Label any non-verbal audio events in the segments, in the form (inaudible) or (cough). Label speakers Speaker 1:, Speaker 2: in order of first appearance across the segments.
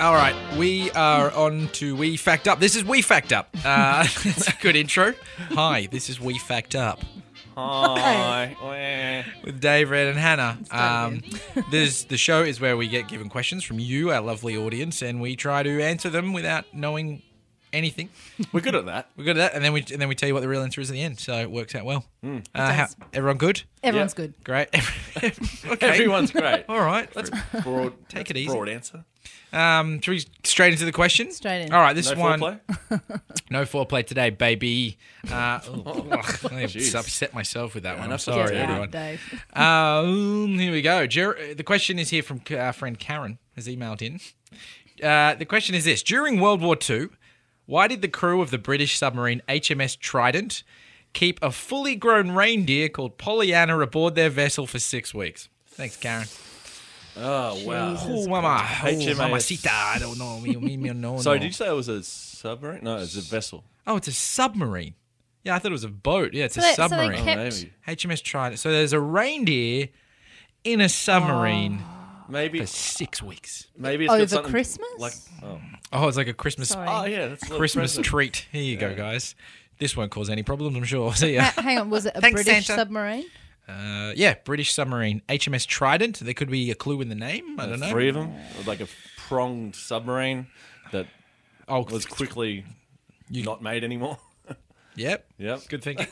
Speaker 1: All right, we are on to We Fact Up. This is We Fact Up. Uh, (laughs) that's a good intro. Hi, this is We Fact Up
Speaker 2: Hi.
Speaker 1: with Dave, Red, and Hannah. Um,
Speaker 3: Starting
Speaker 1: this the show is where we get given questions from you, our lovely audience, and we try to answer them without knowing anything.
Speaker 2: We're good at that.
Speaker 1: We're good at that, and then we and then we tell you what the real answer is at the end. So it works out well.
Speaker 2: Hmm.
Speaker 1: Uh, how,
Speaker 3: does.
Speaker 1: everyone good?
Speaker 3: Everyone's
Speaker 2: Yep.
Speaker 3: good.
Speaker 1: Great. (laughs) okay.
Speaker 2: Everyone's great.
Speaker 1: All right. Let's
Speaker 2: (laughs) Broad,
Speaker 1: Take
Speaker 2: that's
Speaker 1: it
Speaker 2: a
Speaker 1: easy.
Speaker 2: Broad answer.
Speaker 1: um should we straight into the question.
Speaker 3: Straight in.
Speaker 1: All right. This
Speaker 2: No
Speaker 1: one.
Speaker 2: foreplay.
Speaker 1: No foreplay today, baby. Uh,
Speaker 2: (laughs)
Speaker 1: oh, I
Speaker 2: Jeez.
Speaker 1: upset myself with that one. I'm
Speaker 2: that's
Speaker 1: sorry,
Speaker 2: okay.
Speaker 3: Get out,
Speaker 1: everyone.
Speaker 3: Dave. Oh,
Speaker 1: Um, here we go. Ger- the question is here from uh, our friend Karen has emailed in. Uh, the question is this: During World War II, why did the crew of the British submarine HMS Trident keep a fully grown reindeer called Pollyanna aboard their vessel for six weeks? Thanks, Karen.
Speaker 2: Oh wow.
Speaker 1: Oh, mama. Oh,
Speaker 2: HMAS.
Speaker 1: mamacita. I don't know. Me, me, me, no,
Speaker 2: So
Speaker 1: no.
Speaker 2: did you say it was a submarine? No, it's a vessel.
Speaker 1: Oh, it's a submarine. Yeah, I thought it was a boat. Yeah, it's
Speaker 3: So
Speaker 1: a
Speaker 3: they- so they
Speaker 1: submarine.
Speaker 2: Oh,
Speaker 3: Kept-
Speaker 2: maybe.
Speaker 1: HMS Trident. So there's a reindeer in a submarine
Speaker 3: Oh.
Speaker 2: Maybe.
Speaker 1: for six weeks.
Speaker 2: Maybe it's got
Speaker 3: Over
Speaker 2: something
Speaker 3: Oh, Christmas?
Speaker 2: Like. Oh.
Speaker 1: Oh, it's like a Christmas
Speaker 3: Sorry.
Speaker 2: Oh yeah. That's a little
Speaker 1: Christmas
Speaker 2: present.
Speaker 1: treat. Here you go, guys. This won't cause any problems, I'm sure. (laughs) See ya.
Speaker 3: Ha- Hang on, was it a
Speaker 1: Thanks,
Speaker 3: British
Speaker 1: Santa.
Speaker 3: submarine?
Speaker 1: Uh, yeah, British submarine HMS Trident. There could be a clue in the name. I don't know.
Speaker 2: Three of them, like a pronged submarine that
Speaker 1: Oh,
Speaker 2: was quickly not made
Speaker 1: (laughs)
Speaker 2: anymore.
Speaker 1: Yep.
Speaker 2: Yep.
Speaker 1: Good thinking.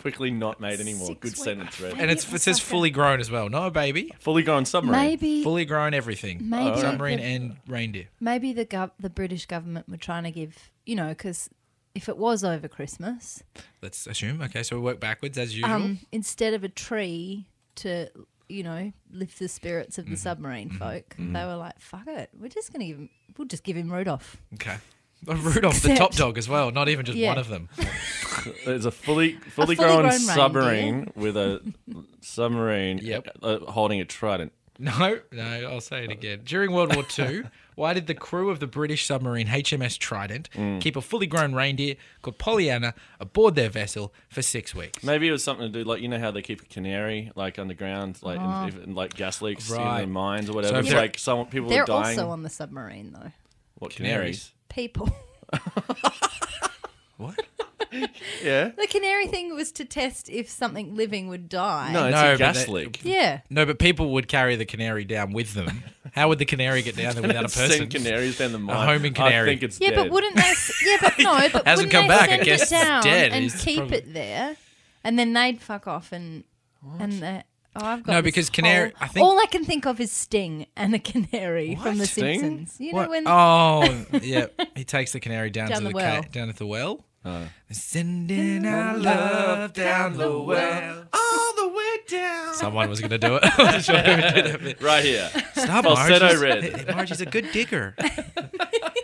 Speaker 2: quickly not made anymore.
Speaker 3: Six
Speaker 2: Good
Speaker 3: weeks.
Speaker 2: sentence, Red.
Speaker 1: And it's, it says fully grown as well. No, baby.
Speaker 2: Fully grown submarine.
Speaker 3: Maybe,
Speaker 1: Fully grown everything.
Speaker 3: Maybe Oh,
Speaker 1: submarine
Speaker 3: the-
Speaker 1: and reindeer.
Speaker 3: maybe the gov- the British government were trying to give, you know, because if it was over Christmas,
Speaker 1: Let's assume. Okay, so we work backwards as usual.
Speaker 3: um, instead of a tree to, you know, lift the spirits of the submarine folk, they were like, "Fuck it, we're just gonna give him, we'll just give him Rudolph."
Speaker 1: okay. (laughs) Oh, Rudolph, the
Speaker 3: Except-
Speaker 1: top dog, as well. Not even just
Speaker 3: Yeah.
Speaker 1: one of them.
Speaker 2: It's a fully fully,
Speaker 3: fully
Speaker 2: grown,
Speaker 3: grown reindeer.
Speaker 2: submarine with a
Speaker 3: (laughs)
Speaker 2: submarine
Speaker 1: Yep.
Speaker 2: uh, holding a trident.
Speaker 1: No, no, I'll say it again. During World War (laughs) II, why did the crew of the British submarine HMS Trident keep a fully grown reindeer called Pollyanna aboard their vessel for six weeks?
Speaker 2: Maybe it was something to do like you know how they keep a canary like underground, like in, if, in, like gas leaks in
Speaker 1: Oh. Right.
Speaker 2: the mines or whatever.
Speaker 1: if
Speaker 2: So
Speaker 1: they're-
Speaker 2: like some people were
Speaker 3: They're
Speaker 2: dying.
Speaker 3: also on the submarine though.
Speaker 2: what
Speaker 1: Canaries.
Speaker 2: canaries?
Speaker 3: People, (laughs)
Speaker 1: What?
Speaker 2: Yeah.
Speaker 3: the canary thing was to test if something living would die.
Speaker 2: No, it's
Speaker 1: No,
Speaker 2: a
Speaker 1: but
Speaker 2: gas
Speaker 1: they-
Speaker 2: leak.
Speaker 3: Yeah.
Speaker 1: No, but people would carry the canary down with them. How would the canary get down there (laughs) (laughs) without a
Speaker 2: Send
Speaker 1: person?
Speaker 2: canaries down the mine.
Speaker 1: homing
Speaker 2: I
Speaker 1: canary.
Speaker 2: think it's
Speaker 3: Yeah,
Speaker 2: dead.
Speaker 3: but wouldn't they? s- Yeah,
Speaker 1: (laughs)
Speaker 3: but no, but
Speaker 1: Hasn't
Speaker 3: wouldn't
Speaker 1: come
Speaker 3: they
Speaker 1: back, I
Speaker 3: send
Speaker 1: guess
Speaker 3: it
Speaker 1: it's
Speaker 3: down
Speaker 1: dead.
Speaker 3: and
Speaker 1: It's
Speaker 3: keep
Speaker 1: probably-
Speaker 3: it there, and then they'd fuck off and and the, oh, I've got
Speaker 1: No,
Speaker 3: this
Speaker 1: because canary-
Speaker 3: whole-
Speaker 1: I think-
Speaker 3: all I can think of is Sting and a canary from The
Speaker 2: Sting?
Speaker 3: Simpsons. You
Speaker 1: What?
Speaker 3: know when
Speaker 1: Oh,
Speaker 3: (laughs)
Speaker 1: yeah. He takes the canary down
Speaker 3: Down
Speaker 1: to the,
Speaker 3: the
Speaker 1: ca-
Speaker 3: well. Mm.
Speaker 1: down at the well. Sending our love down the well.
Speaker 2: all the way down.
Speaker 1: Someone was going to (laughs) do it. I wasn't sure who would do that bit. (laughs)
Speaker 2: Right here.
Speaker 1: Stop,
Speaker 2: Falsetto
Speaker 1: Marge. (laughs)
Speaker 2: red.
Speaker 1: He's- Marge is a good digger.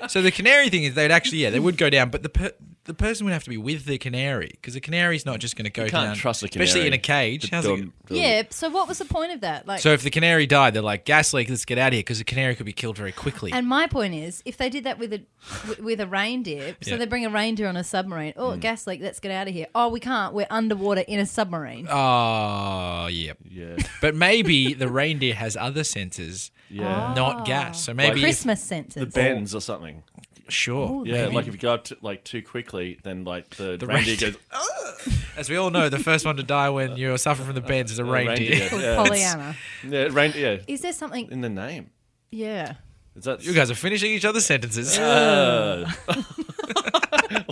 Speaker 1: so the canary thing is they'd actually yeah they would go down, but the per- the person would have to be with the canary because the canary's not just going to go
Speaker 2: can't
Speaker 1: down.
Speaker 2: trust a
Speaker 1: especially
Speaker 2: canary.
Speaker 1: in a cage. How's it-
Speaker 2: Dum- dum.
Speaker 3: yeah. So what was the point of that? Like,
Speaker 1: so if the canary died, they're like gas leak. Let's get out of here because the canary could be killed very quickly.
Speaker 3: and my point is, if they did that with a wi- with a reindeer, so
Speaker 1: Yeah. Mm.
Speaker 3: they bring a reindeer on a submarine. Oh, gas leak. Let's get out of here. Oh, we can't. We're underwater in a submarine.
Speaker 1: Oh yeah,
Speaker 2: Yeah.
Speaker 1: but maybe the reindeer has other senses,
Speaker 2: Yeah.
Speaker 1: not gas. So maybe if-
Speaker 3: Christmas
Speaker 2: The
Speaker 3: senses.
Speaker 2: bends or something.
Speaker 1: sure.
Speaker 2: Yeah, like if you go up to, like too quickly, then like the, reindeer
Speaker 1: reindeer-
Speaker 2: goes.
Speaker 1: As we all know, the first one to die when you're suffering from the bends is a reindeer.
Speaker 2: reindeer.
Speaker 3: called
Speaker 2: Yeah.
Speaker 3: Pollyanna.
Speaker 2: Yeah, reindeer. Yeah,
Speaker 3: Is there something?
Speaker 2: in the name.
Speaker 3: Yeah.
Speaker 2: Is that
Speaker 1: You guys are finishing each other's sentences.
Speaker 2: Uh,
Speaker 1: "Uh."
Speaker 2: (laughs)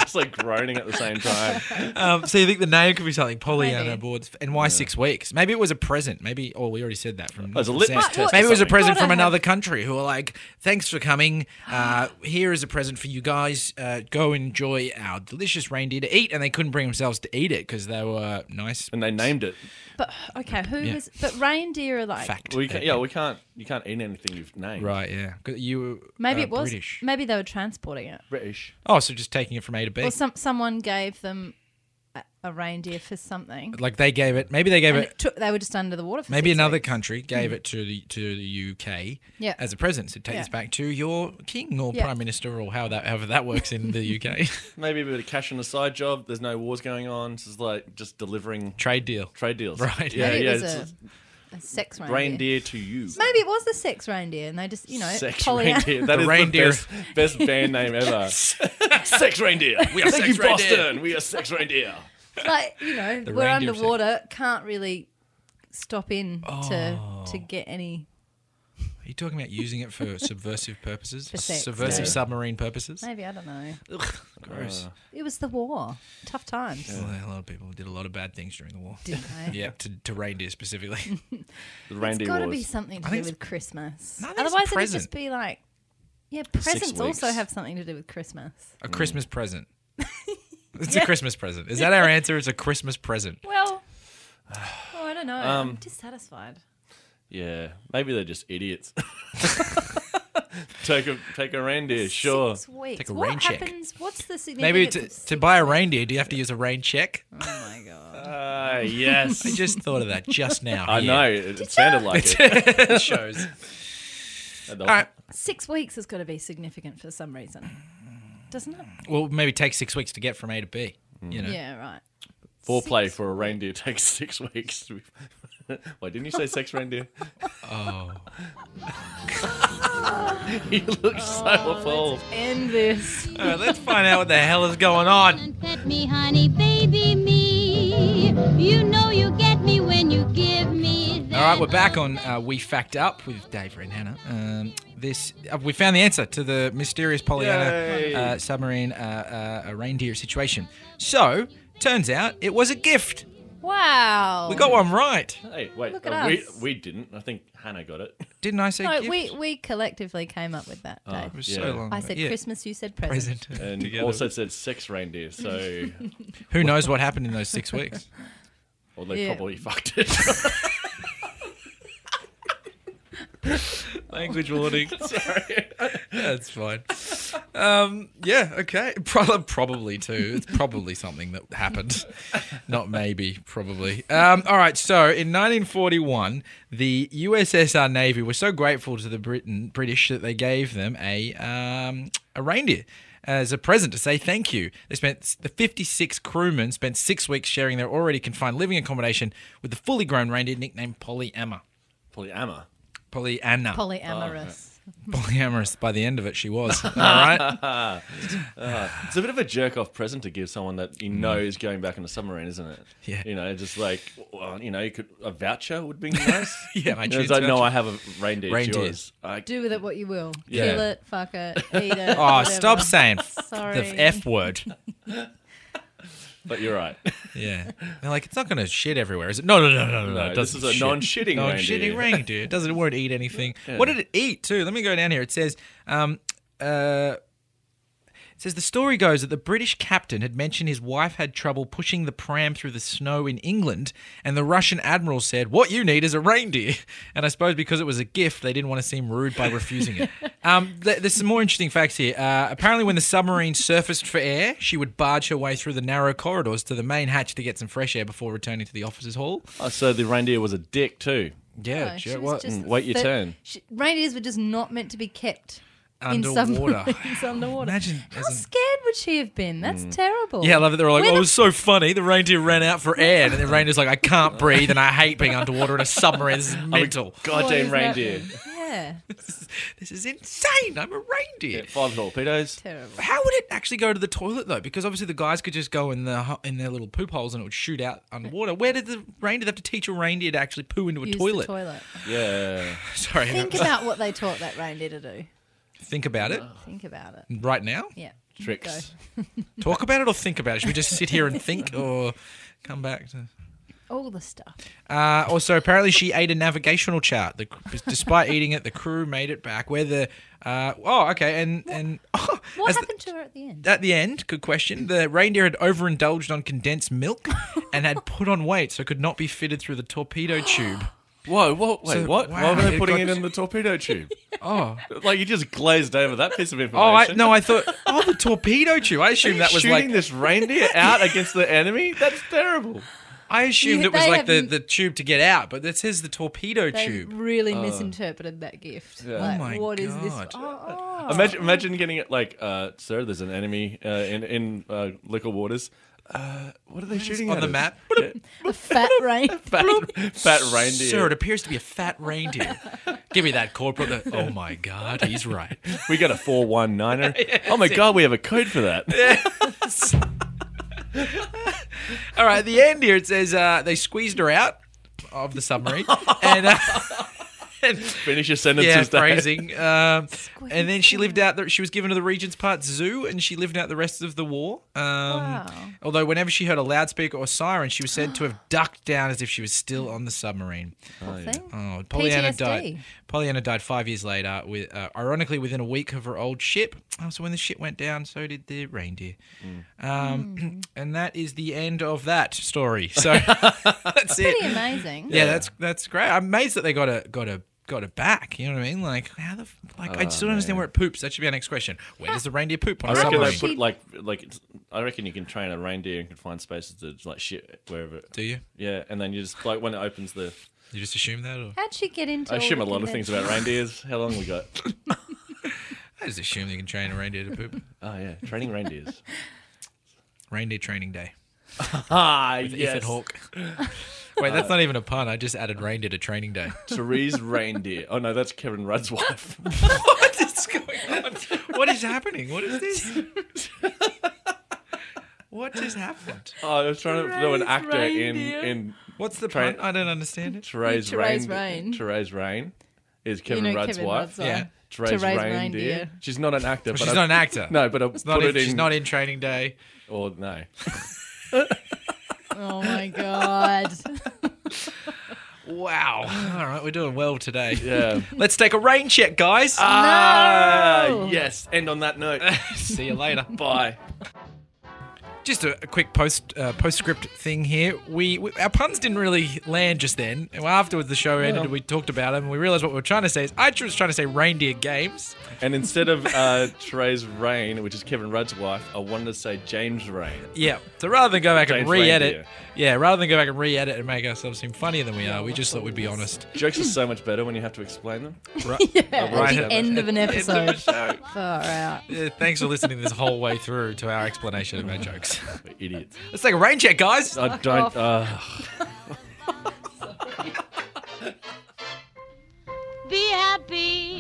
Speaker 2: also groaning at the same time.
Speaker 1: Um, so you think the name could be something
Speaker 3: Maybe.
Speaker 1: Pollyanna boards, and why six weeks? Maybe it was a present. Maybe oh, we already said that from.
Speaker 2: was a
Speaker 1: from
Speaker 2: litmus
Speaker 1: Santa.
Speaker 2: test or
Speaker 1: Maybe it was a
Speaker 2: something.
Speaker 1: present from
Speaker 3: Gotta
Speaker 1: another country who were like, "Thanks for coming. Uh, here is a present for you guys. Uh, go enjoy our delicious reindeer to eat." And they couldn't bring themselves to eat it because they were nice.
Speaker 2: And they named it.
Speaker 3: But okay, who
Speaker 1: Yeah.
Speaker 3: was? But reindeer are like
Speaker 1: Fact.
Speaker 2: We can't, yeah, we can't. You can't eat anything you've named.
Speaker 1: Right. Yeah. 'Cause You. were,
Speaker 3: maybe
Speaker 1: uh,
Speaker 3: it was
Speaker 1: British.
Speaker 3: maybe they were transporting it,
Speaker 2: British.
Speaker 1: Oh, so just taking it from A to B.
Speaker 3: or some someone gave them a, a reindeer for something.
Speaker 1: like they gave it. Maybe they gave
Speaker 3: And
Speaker 1: it.
Speaker 3: it took, they were just under the water. For
Speaker 1: Maybe
Speaker 3: six
Speaker 1: another
Speaker 3: weeks.
Speaker 1: country gave it to the to the UK
Speaker 3: Mm. Yeah.
Speaker 1: as a present. So take
Speaker 3: Yeah.
Speaker 1: this back to your king or
Speaker 3: Yeah.
Speaker 1: prime minister or how that however that works in the
Speaker 3: (laughs)
Speaker 1: UK
Speaker 2: Maybe a bit of cash on the side job. There's no wars going on. This is like just delivering
Speaker 1: (laughs) trade deal.
Speaker 2: trade deals.
Speaker 1: Right.
Speaker 2: Yeah,
Speaker 3: Maybe it
Speaker 2: yeah.
Speaker 3: was
Speaker 2: it's
Speaker 3: a-
Speaker 2: just-
Speaker 3: a sex reindeer.
Speaker 2: Reindeer to you.
Speaker 3: Maybe it was the sex reindeer, and they just you know (laughs)
Speaker 2: Sex
Speaker 3: poly-
Speaker 2: reindeer. That
Speaker 1: The
Speaker 2: is
Speaker 1: reindeer.
Speaker 2: the best, best band name ever. (laughs) sex reindeer. We are
Speaker 1: Sex
Speaker 2: Thank you,
Speaker 1: Reindeer.
Speaker 2: Boston. We are sex reindeer.
Speaker 3: like you know we're
Speaker 1: reindeer
Speaker 3: underwater, can't really stop in to
Speaker 1: Oh.
Speaker 3: to get any.
Speaker 1: Are you talking about using it for subversive purposes?
Speaker 3: For sex,
Speaker 1: subversive
Speaker 2: no.
Speaker 1: submarine purposes?
Speaker 3: Maybe I don't know.
Speaker 1: Gross.
Speaker 3: It was the war, tough times.
Speaker 1: Well, a lot of people did a lot of bad things during the war. (laughs)
Speaker 3: Didn't they?
Speaker 1: Yeah, to, to reindeer
Speaker 3: (laughs)
Speaker 1: specifically.
Speaker 2: The
Speaker 3: (laughs) It's
Speaker 2: reindeer
Speaker 3: got to
Speaker 2: wars.
Speaker 3: be something to
Speaker 1: I
Speaker 3: do
Speaker 1: think
Speaker 3: with Christmas.
Speaker 1: No, I think it's a
Speaker 3: Otherwise, it'd just
Speaker 1: present.
Speaker 3: be like, yeah, presents also
Speaker 2: weeks.
Speaker 3: have something to do with Christmas.
Speaker 1: a Christmas
Speaker 3: (laughs)
Speaker 1: present. It's a Christmas present. Is that our answer? It's a Christmas present.
Speaker 3: Well, oh, I don't know.
Speaker 1: um,
Speaker 3: I'm dissatisfied.
Speaker 2: Yeah, maybe they're just idiots. (laughs) take a take a reindeer, sure.
Speaker 3: Six weeks.
Speaker 1: uh, Take a
Speaker 3: what
Speaker 1: rain check.
Speaker 3: happens? What's the significance?
Speaker 1: Maybe to,
Speaker 3: of six-
Speaker 1: to buy a reindeer, do you have to use a rain check?
Speaker 3: oh my god.
Speaker 2: Ah,
Speaker 1: I
Speaker 2: yes.
Speaker 1: just thought of that just now.
Speaker 2: (laughs) I
Speaker 1: here. (laughs)
Speaker 2: know it, it sounded like (laughs) it.
Speaker 1: it shows.
Speaker 2: All
Speaker 1: All right.
Speaker 3: Six weeks has got to be significant for some reason, doesn't it?
Speaker 1: Well, maybe take six weeks to get from A to B. You know,
Speaker 3: Yeah, right.
Speaker 2: Foreplay
Speaker 3: Six-
Speaker 2: for a reindeer takes (laughs) six weeks. (laughs) Why didn't you say sex reindeer? (laughs) Oh. he looks so appalled.
Speaker 3: End this.
Speaker 1: All right, let's find out what the hell is going on.
Speaker 4: and pet me, honey, baby me. You know you get me when you give me that.
Speaker 1: All right, we're back on uh, We Fact Up with Dave and Hannah. Um, this uh, we found the answer to the mysterious
Speaker 2: Yay.
Speaker 1: Pollyanna uh, submarine uh, uh, uh, reindeer situation. So turns out it was a gift.
Speaker 3: Wow.
Speaker 1: We got one right,
Speaker 2: Hey, wait.
Speaker 3: Look at
Speaker 2: uh, we,
Speaker 3: us.
Speaker 2: we didn't. I think Hannah got it.
Speaker 1: didn't I say?
Speaker 3: No,
Speaker 1: gift?
Speaker 3: we we collectively came up with that. Dave.
Speaker 1: It was
Speaker 2: Yeah.
Speaker 1: so long.
Speaker 3: I
Speaker 1: ago.
Speaker 3: said
Speaker 1: Oh. Yeah.
Speaker 3: Christmas. You said present.
Speaker 1: Present.
Speaker 2: And also said sex reindeer,
Speaker 3: (laughs)
Speaker 2: so.
Speaker 1: Who knows what happened in those six weeks?
Speaker 2: Well, they
Speaker 3: Yeah.
Speaker 2: probably fucked it. (laughs)
Speaker 1: Language warning.
Speaker 2: Sorry.
Speaker 1: That's fine. Um, yeah, okay. (laughs) Pro- probably too. It's probably something that happened. Not maybe, probably. Um, all right. So in 1941, the USSR Navy was so grateful to the Britain British that they gave them a um, a reindeer. As a present to say thank you, they spent the 56 crewmen spent six weeks sharing their already confined living accommodation with the fully grown reindeer nicknamed Polly Emma,
Speaker 2: Probably Amma.
Speaker 1: Polly Anna,
Speaker 3: Polyamorous.
Speaker 1: Oh, polyamorous. By the end of it, she was. All right.
Speaker 2: It's a bit of a jerk off present to give someone that you know is going back on a submarine, isn't it?
Speaker 1: Mm. Yeah.
Speaker 2: You know, just like, well, you know, you could a voucher would
Speaker 1: (laughs)
Speaker 2: be (laughs) nice.
Speaker 1: Yeah, my
Speaker 2: You know,
Speaker 1: tune's
Speaker 2: it's like, no,
Speaker 1: voucher.
Speaker 2: I have a reindeer. It's
Speaker 1: Reindeer.
Speaker 2: yours. I,
Speaker 3: Do with it what you will.
Speaker 2: Yeah.
Speaker 3: Kill it, fuck it, eat
Speaker 1: (laughs)
Speaker 3: it.
Speaker 1: Oh, stop saying f-
Speaker 3: Sorry.
Speaker 1: the F word.
Speaker 2: but you're right. (laughs)
Speaker 1: Yeah. They're like, it's not going to shit everywhere, is it? No, no, no, no, no. no
Speaker 2: No,
Speaker 1: it
Speaker 2: this
Speaker 1: doesn't
Speaker 2: is a
Speaker 1: shit.
Speaker 2: non-shitting
Speaker 1: Non-shitting
Speaker 2: reindeer.
Speaker 1: reindeer. It doesn't, it won't eat anything. What did it eat, too? Let me go down here. It says, um, uh, it says the story goes that the British captain had mentioned his wife had trouble pushing the pram through the snow in England, and the Russian admiral said, "What you need is a reindeer." (laughs) And I suppose because it was a gift, they didn't want to seem rude by refusing it. um, th- there's some more interesting facts here. Uh, apparently, when the submarine surfaced for air, she would barge her way through the narrow corridors to the main hatch to get some fresh air before returning to the officers' hall.
Speaker 2: Oh, so the reindeer was a dick too.
Speaker 1: Yeah,
Speaker 3: No, Oh, she
Speaker 1: Jer-
Speaker 3: was
Speaker 1: what?
Speaker 3: just-
Speaker 2: Mm, Wait your
Speaker 3: but
Speaker 2: turn.
Speaker 3: She, reindeers were just not meant to be kept
Speaker 1: Underwater.
Speaker 3: (laughs) In submarines underwater.
Speaker 1: Imagine
Speaker 3: (laughs) how
Speaker 1: as an-
Speaker 3: scared would she have been? That's
Speaker 2: Mm.
Speaker 3: terrible.
Speaker 1: Yeah, I love it. They were like,
Speaker 3: We're
Speaker 1: "Oh,
Speaker 3: the-
Speaker 1: it was so funny." The reindeer ran out for air, and the reindeer's like, "I can't breathe, and I hate being underwater in a submarine. (laughs) This is mental.
Speaker 3: What
Speaker 2: Goddamn
Speaker 1: (laughs)
Speaker 3: is
Speaker 2: reindeer.
Speaker 3: happening? Yeah,
Speaker 1: this is insane. I'm a reindeer."
Speaker 2: Five torpedoes.
Speaker 3: terrible.
Speaker 2: (laughs)
Speaker 1: How would it actually go to the toilet though? Because obviously the guys could just go in the hu- in their little poop holes and it would shoot out underwater. Where did the reindeer they have to teach a reindeer to actually poo into a
Speaker 3: Use the
Speaker 1: toilet?
Speaker 3: toilet.
Speaker 2: Yeah.
Speaker 1: (laughs) Sorry,
Speaker 3: Think about what they taught that reindeer to do.
Speaker 1: think about it
Speaker 3: Think about it.
Speaker 1: right now.
Speaker 3: Yeah.
Speaker 2: Tricks.
Speaker 1: Talk about it or think about it. Should we just sit here and think or come back to?
Speaker 3: Go. All the stuff.
Speaker 1: Uh, also, apparently, she ate a navigational chart. The, despite eating it, the crew made it back. Where the uh, oh, okay, and and (laughs) oh,
Speaker 3: What
Speaker 1: as the-
Speaker 3: happened to her at the end?
Speaker 1: at the end, good question. The reindeer had overindulged on condensed
Speaker 3: (laughs)
Speaker 1: milk and had put on weight, so could not be fitted through the torpedo
Speaker 3: (gasps)
Speaker 1: tube.
Speaker 2: Whoa, whoa, wait,
Speaker 1: So-
Speaker 2: what?
Speaker 1: wow,
Speaker 2: Why were
Speaker 1: it
Speaker 2: they putting
Speaker 1: got-
Speaker 2: it in the torpedo tube?
Speaker 1: Oh,
Speaker 2: (laughs) like you just glazed over that (laughs) piece of information.
Speaker 1: oh, I, no, I thought, oh, the torpedo tube. I
Speaker 2: Are you
Speaker 1: assumed that was
Speaker 2: shooting
Speaker 1: like,
Speaker 2: this reindeer (laughs) out against the enemy? That's terrible.
Speaker 1: I assumed
Speaker 3: You-
Speaker 1: it was
Speaker 3: they
Speaker 1: like the,
Speaker 3: haven't-
Speaker 1: the tube to get out, but that says the torpedo
Speaker 3: They
Speaker 1: tube.
Speaker 3: really misinterpreted that gift.
Speaker 2: Oh. Yeah. Oh
Speaker 3: Like,
Speaker 1: my
Speaker 3: what is this?
Speaker 1: God.
Speaker 3: Oh,
Speaker 2: (laughs)
Speaker 3: oh.
Speaker 2: Imagine, imagine getting it like, uh, sir, there's an enemy uh, in in uh, liquor waters. What are they shooting
Speaker 1: on
Speaker 2: at
Speaker 1: the
Speaker 2: us?
Speaker 1: map.
Speaker 3: A oh, fat rain.
Speaker 2: Fat,
Speaker 1: (laughs)
Speaker 2: fat reindeer.
Speaker 1: Sir, it appears to be a fat (laughs) reindeer. Give me that corporal. The- oh my God, he's right.
Speaker 2: We got
Speaker 1: (laughs)
Speaker 2: a 419er. oh my God, we have a code for that.
Speaker 1: All right, at the end here it says uh, they squeezed her out of the submarine, and, uh, and-
Speaker 2: Finish your sentences,
Speaker 1: yeah,
Speaker 2: Dave.
Speaker 1: phrasing. Um, and then she lived out. The, she was given to the Regent's Park Zoo, and she lived out the rest of the war. Um,
Speaker 3: Wow.
Speaker 1: Although whenever she heard a loudspeaker or siren, she was said to have ducked down as if she was still on the submarine.
Speaker 3: Thing.
Speaker 1: Oh, Pollyanna
Speaker 3: PTSD.
Speaker 1: died. Pollyanna died five years later, with uh, ironically within a week of her old ship. Oh, so when the ship went down, so did the reindeer.
Speaker 2: Mm.
Speaker 1: Um, And that is the end of that story. So
Speaker 2: (laughs)
Speaker 1: that's it.
Speaker 3: Pretty amazing.
Speaker 1: Yeah, that's that's great. I'm amazed that they got a got a got it back. You know what I mean? Like how the f- like I still don't understand where it poops. That should be our next question. Where does the reindeer poop on
Speaker 2: Oh, I
Speaker 1: a
Speaker 2: reckon
Speaker 1: submarine?
Speaker 2: they put like like it's- I reckon you can train a reindeer and confined spaces to like shit wherever.
Speaker 1: Do you?
Speaker 2: Yeah, and then you just like when it opens the.
Speaker 1: You just assume that, or
Speaker 3: How'd she get into?
Speaker 2: I
Speaker 3: all
Speaker 2: assume
Speaker 3: the
Speaker 2: a lot of things about
Speaker 3: conventions?
Speaker 2: reindeers. How long we got?
Speaker 1: I just assume you can train a reindeer to poop.
Speaker 2: Oh yeah, training reindeers.
Speaker 1: Reindeer training day.
Speaker 2: ah
Speaker 1: Ethan Hawke. (laughs) Wait, that's not even a pun. I just added reindeer to training day.
Speaker 2: Therese reindeer. Oh no, that's Kevin Rudd's wife.
Speaker 1: (laughs) what is going on? What is happening? What is this? (laughs) what just happened?
Speaker 2: Oh, I was trying to do an
Speaker 3: Therese
Speaker 2: actor
Speaker 3: reindeer.
Speaker 2: in in
Speaker 1: What's the
Speaker 2: Try-
Speaker 1: pun? I don't understand it.
Speaker 2: Therese
Speaker 3: Therese
Speaker 2: Rain.
Speaker 3: Rain.
Speaker 2: Therese Rain is Kevin
Speaker 3: you know,
Speaker 2: Rudd's
Speaker 3: Kevin
Speaker 2: wife.
Speaker 3: Rudd's wife.
Speaker 1: Yeah.
Speaker 2: Therese,
Speaker 3: Therese
Speaker 2: reindeer.
Speaker 3: Reindeer.
Speaker 2: She's not an actor.
Speaker 1: But
Speaker 2: but
Speaker 1: she's
Speaker 2: I-
Speaker 1: not an actor.
Speaker 2: No, but I
Speaker 1: It's not
Speaker 2: put
Speaker 1: in,
Speaker 2: it in.
Speaker 1: she's not in training day.
Speaker 2: Or no.
Speaker 3: Oh my (laughs) god.
Speaker 1: Wow. (sighs) All right, we're doing well today.
Speaker 2: Yeah. Uh,
Speaker 1: Let's take a rain check, guys.
Speaker 2: Ah,
Speaker 3: No.
Speaker 2: yes. End on that note.
Speaker 1: (laughs)
Speaker 2: (laughs)
Speaker 1: See you later.
Speaker 2: Bye.
Speaker 1: Just a, a quick post uh, postscript thing here. We, we our puns didn't really land just then. Well, Afterwards, the show ended.
Speaker 2: No.
Speaker 1: We talked about them. and We realized what we were trying to say is I was trying to say reindeer games.
Speaker 2: And instead of uh, Therese Rain, which is Kevin Rudd's wife, I wanted to say James Rain.
Speaker 1: Yeah. So rather than go back and
Speaker 2: James
Speaker 1: re-edit,
Speaker 2: Reindeer.
Speaker 1: yeah, rather than go back and re-edit and make ourselves seem funnier than we are, we just thought we'd be
Speaker 2: (laughs)
Speaker 1: honest.
Speaker 2: Jokes are so much better when you have to explain them.
Speaker 1: Right.
Speaker 3: At
Speaker 2: right.
Speaker 3: the (laughs) end of an episode. Far out.
Speaker 1: Yeah, thanks for listening this whole way through to our explanation of our jokes. (laughs)
Speaker 2: We're idiots.
Speaker 1: Let's take a rain check, guys.
Speaker 2: I don't.
Speaker 3: off.
Speaker 2: Uh,
Speaker 4: Be happy.